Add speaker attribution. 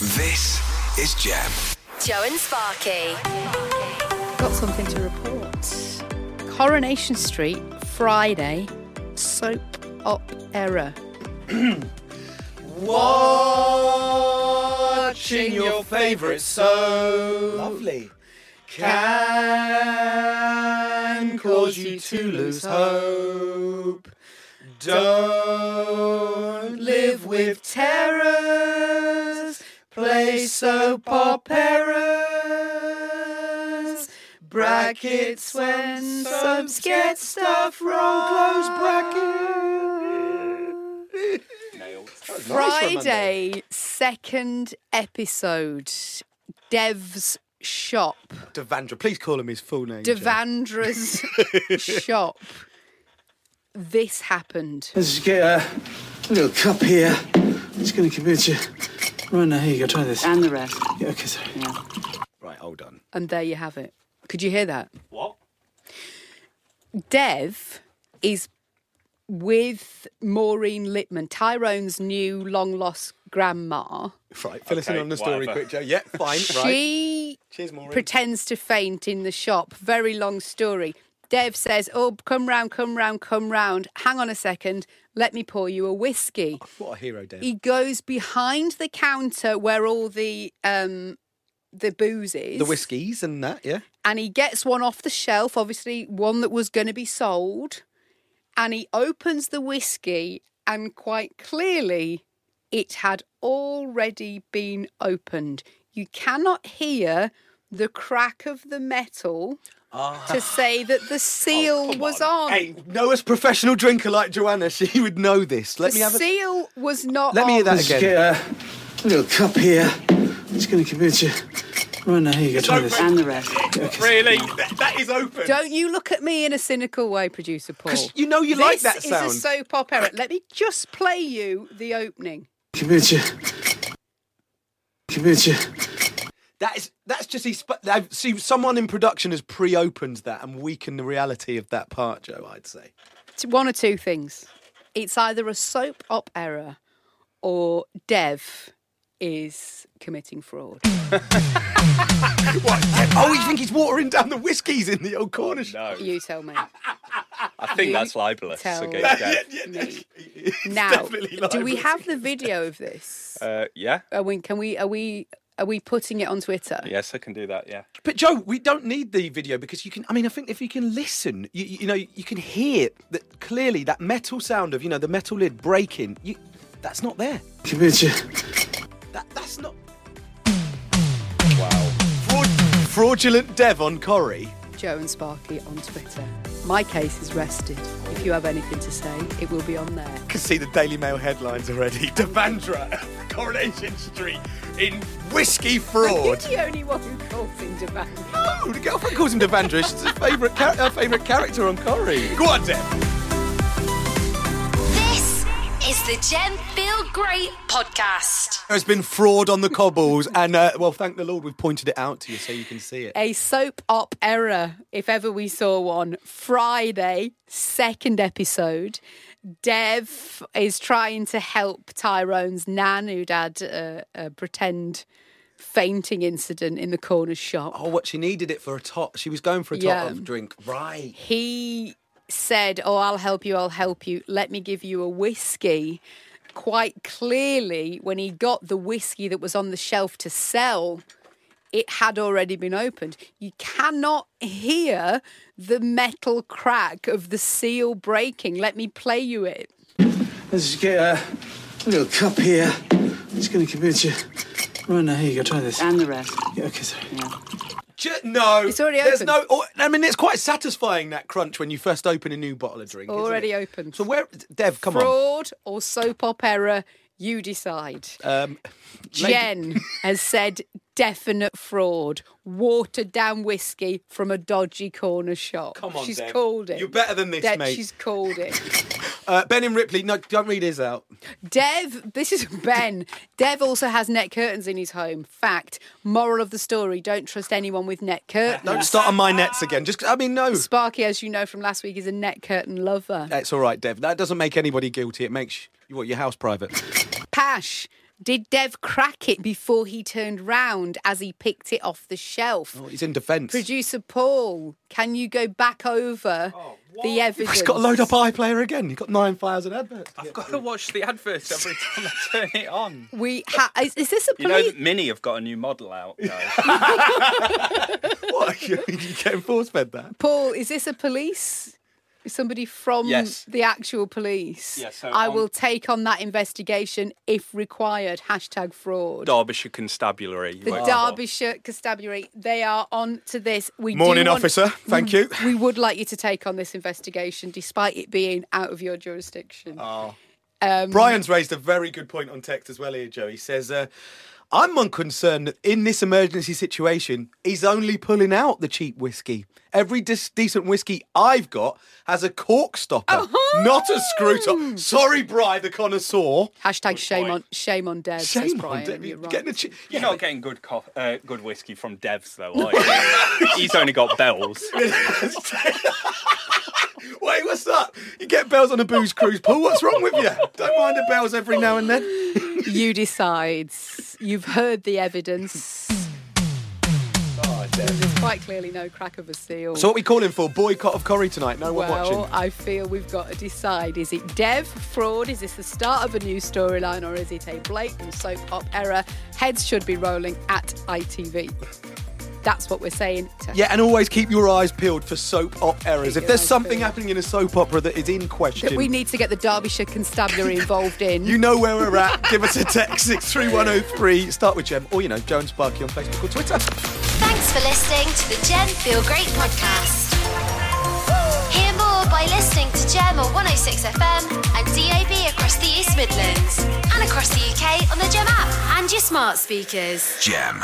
Speaker 1: This is Jam.
Speaker 2: Joe and Sparky.
Speaker 3: Got something to report. Coronation Street, Friday, soap op error.
Speaker 4: Watching
Speaker 5: your favourite soap
Speaker 4: Lovely.
Speaker 5: can cause you to lose hope. Don't live with terrors. Play soap operas. Brackets when subs get stuff wrong. Close bracket.
Speaker 3: Friday, second episode. Dev's shop.
Speaker 5: Devandra, please call him his full name. Jane.
Speaker 3: Devandra's shop. This happened.
Speaker 4: Let's just get a little cup here. It's going to convince you. Right now, here you go. Try this.
Speaker 6: And the rest.
Speaker 4: Yeah, okay, sorry.
Speaker 5: Right, hold on.
Speaker 3: And there you have it. Could you hear that? What? Dev is with Maureen Littman, Tyrone's new long lost grandma.
Speaker 5: Right, fill us in on the story quick, Joe. Yeah, fine, right.
Speaker 3: She
Speaker 5: Cheers, Maureen.
Speaker 3: pretends to faint in the shop. Very long story. Dev says, Oh, come round, come round, come round. Hang on a second. Let me pour you a whiskey.
Speaker 5: what a hero, Dev.
Speaker 3: He goes behind the counter where all the um, the booze is.
Speaker 5: The whiskies and that, yeah.
Speaker 3: and he gets one off the shelf, obviously one that was going to be sold, and he opens the whiskey, and quite clearly, it had already been opened. You cannot hear the crack of the metal
Speaker 5: Ah.
Speaker 3: to say that the seal was on.
Speaker 5: Oh, Hey, Noah's professional drinker like Joanna, she would know this. Let
Speaker 3: the
Speaker 5: me have a.
Speaker 3: seal was not.
Speaker 5: Let me
Speaker 3: on.
Speaker 5: hear that
Speaker 4: Let's just
Speaker 5: again.
Speaker 4: get a little cup here. It's going to convince you. Right now, here you go. Try this.
Speaker 6: And the rest.
Speaker 5: Really? That, that is open.
Speaker 3: Don't you look at me in a cynical way, producer Paul.
Speaker 5: 'Cause you know you like
Speaker 3: This
Speaker 5: that sound.
Speaker 3: is a soap opera. Let me just play you the opening.
Speaker 4: Convince you. Convince you.
Speaker 5: That is that's just he's sp- they've- see someone in production has pre-opened that and weakened the reality of that part, Joe. I'd say.
Speaker 3: t- one or two things. It's either a soap op error or Dev is committing fraud.
Speaker 5: What? oh, you think he's watering down the whiskies in the old corner? shop?
Speaker 3: You tell me.
Speaker 7: I think that's libelous
Speaker 3: tell-
Speaker 7: against
Speaker 5: Yeah,
Speaker 7: Dave.
Speaker 5: yeah,
Speaker 3: Me.
Speaker 5: it's
Speaker 3: Now,
Speaker 5: definitely
Speaker 3: do we
Speaker 5: libelous.
Speaker 3: have the video of this?
Speaker 7: Uh, yeah.
Speaker 3: I mean, can we? Are we? Are we putting it on Twitter?
Speaker 7: Yes, I can do that. Yeah.
Speaker 5: But Joe, we don't need the video because you can. I mean, I think if you can listen, you, you know, you can hear that clearly. That metal sound of you know the metal lid breaking. You, that's not there.
Speaker 4: Convince you.
Speaker 5: That that's not
Speaker 7: Wow.
Speaker 5: fraud, fraudulent dev on Corrie.
Speaker 3: Joe and Sparky on Twitter. My case is rested. If you have anything to say, it will be on there.
Speaker 5: I can see the Daily Mail headlines already. Devandra, Coronation Street in whiskey
Speaker 3: You're
Speaker 5: fraud.
Speaker 3: the only one who calls him Devandra.
Speaker 5: Oh, the girlfriend calls him Devandra. She's her favourite char- her favourite character on Corrie. Go on, Dev.
Speaker 2: This is the Gem Feel Great podcast.
Speaker 5: There's been fraud on the cobbles, and uh, well, thank the Lord we've pointed it out to you so you can see it.
Speaker 3: A soap op error, if ever we saw one. Friday, second episode. Dev is trying to help Tyrone's nan, who'd had a, a uh, pretend fainting incident in the corner shop.
Speaker 5: Oh, what she needed it for a tot. She was going for a tot
Speaker 3: Yeah.
Speaker 5: of drink. Right.
Speaker 3: He said, Oh, I'll help you, I'll help you. Let me give you a whiskey. Quite clearly, when he got the whiskey that was on the shelf to sell, it had already been opened. You cannot hear the metal crack of the seal breaking. Let me play you it.
Speaker 4: Let's just get a little cup here. It's going to convince you. Right now, here you go. Try this.
Speaker 6: And the rest.
Speaker 4: Yeah, okay, sorry.
Speaker 5: Ju- no.
Speaker 3: It's already
Speaker 5: There's
Speaker 3: open.
Speaker 5: no. oh, I mean, it's quite satisfying that crunch when you first open a new bottle of drink. isn't
Speaker 3: Already
Speaker 5: it?
Speaker 3: opened.
Speaker 5: So where, Dev? Come on.
Speaker 3: Fraud or soap opera, you decide.
Speaker 5: Um,
Speaker 3: Jen has said definite fraud, watered down whiskey from a dodgy corner shop.
Speaker 5: Come on,
Speaker 3: she's
Speaker 5: Deb.
Speaker 3: called it.
Speaker 5: You're better than this,
Speaker 3: Deb,
Speaker 5: mate.
Speaker 3: She's called it.
Speaker 5: uh, ben and Ripley. No, don't read his out.
Speaker 3: Dev, this is Ben. Dev also has net curtains in his home. Fact. Moral of the story: Don't trust anyone with net curtains.
Speaker 5: Don't start on my nets again. Just, I mean, no.
Speaker 3: Sparky, as you know from last week, is a net curtain lover.
Speaker 5: That's all right, Dev. That doesn't make anybody guilty. It makes you, what your house private.
Speaker 3: Pash. Did Dev crack it before he turned round as he picked it off the shelf?
Speaker 5: Oh, he's in defence.
Speaker 3: Producer Paul, can you go back over
Speaker 7: Oh,
Speaker 3: the evidence?
Speaker 5: He's got to load up iPlayer again. He's got 9,000 adverts.
Speaker 6: I've got to watch the adverts every time I turn it on.
Speaker 3: We ha- is, is this a
Speaker 7: You know
Speaker 3: police?
Speaker 7: that Mini have got a new model out, guys.
Speaker 5: what? you getting force fed that?
Speaker 3: Paul, is this a police? Somebody from
Speaker 7: Yes.
Speaker 3: the actual police.
Speaker 7: Yeah, so
Speaker 3: I
Speaker 7: on-
Speaker 3: will take on that investigation if required. Hashtag fraud.
Speaker 6: Derbyshire Constabulary. you
Speaker 3: the
Speaker 6: won't bother.
Speaker 3: Derbyshire Constabulary, they are on to this. We
Speaker 5: Morning,
Speaker 3: do want-
Speaker 5: officer. Thank you.
Speaker 3: We would like you to take on this investigation, despite it being out of your jurisdiction.
Speaker 5: Oh,
Speaker 3: Um,
Speaker 5: Brian's raised a very good point on text as well here, Joe. He says, uh, I'm unconcerned that in this emergency situation, he's only pulling out the cheap whiskey. Every dis- decent whiskey I've got has a cork stopper, not a screw
Speaker 3: Oh.
Speaker 5: top. Sorry, Brian, the connoisseur.
Speaker 3: Hashtag shame on shame on Dev. says
Speaker 5: Shame on
Speaker 3: Brian.
Speaker 5: Debbie.
Speaker 3: You're right.
Speaker 5: Getting a che-
Speaker 7: You're not getting good co- uh, good whiskey from Devs though, are you? He's only got bells.
Speaker 5: Wait, what's that? You get bells on a booze cruise, Paul. What's wrong with you? Don't mind the bells every now and then.
Speaker 3: you decide. You've heard the evidence.
Speaker 5: Oh,
Speaker 3: There's quite clearly no crack of a seal.
Speaker 5: So what we calling for? Boycott of Corrie tonight. No one
Speaker 3: well,
Speaker 5: watching.
Speaker 3: I feel we've got to decide. Is it Dev fraud? Is this the start of a new storyline or is it a blatant soap op error? Heads should be rolling at ITV. That's what we're saying. to
Speaker 5: Yeah, and always keep your eyes peeled for soap op errors. If
Speaker 3: your
Speaker 5: there's
Speaker 3: eyes
Speaker 5: something
Speaker 3: peeled.
Speaker 5: happening in a soap opera that is in
Speaker 3: That
Speaker 5: question,
Speaker 3: we need to get the Derbyshire Constabulary involved in.
Speaker 5: you know where we're at. Give us a text 63103. Start with Gem or, you know, Joan Sparky on Facebook or Twitter.
Speaker 2: Thanks for listening to the Gem Feel Great podcast. Hear more by listening to Gem on 106 FM and DAB across the East Midlands and across the UK on the Gem app and your smart speakers.
Speaker 1: Gem.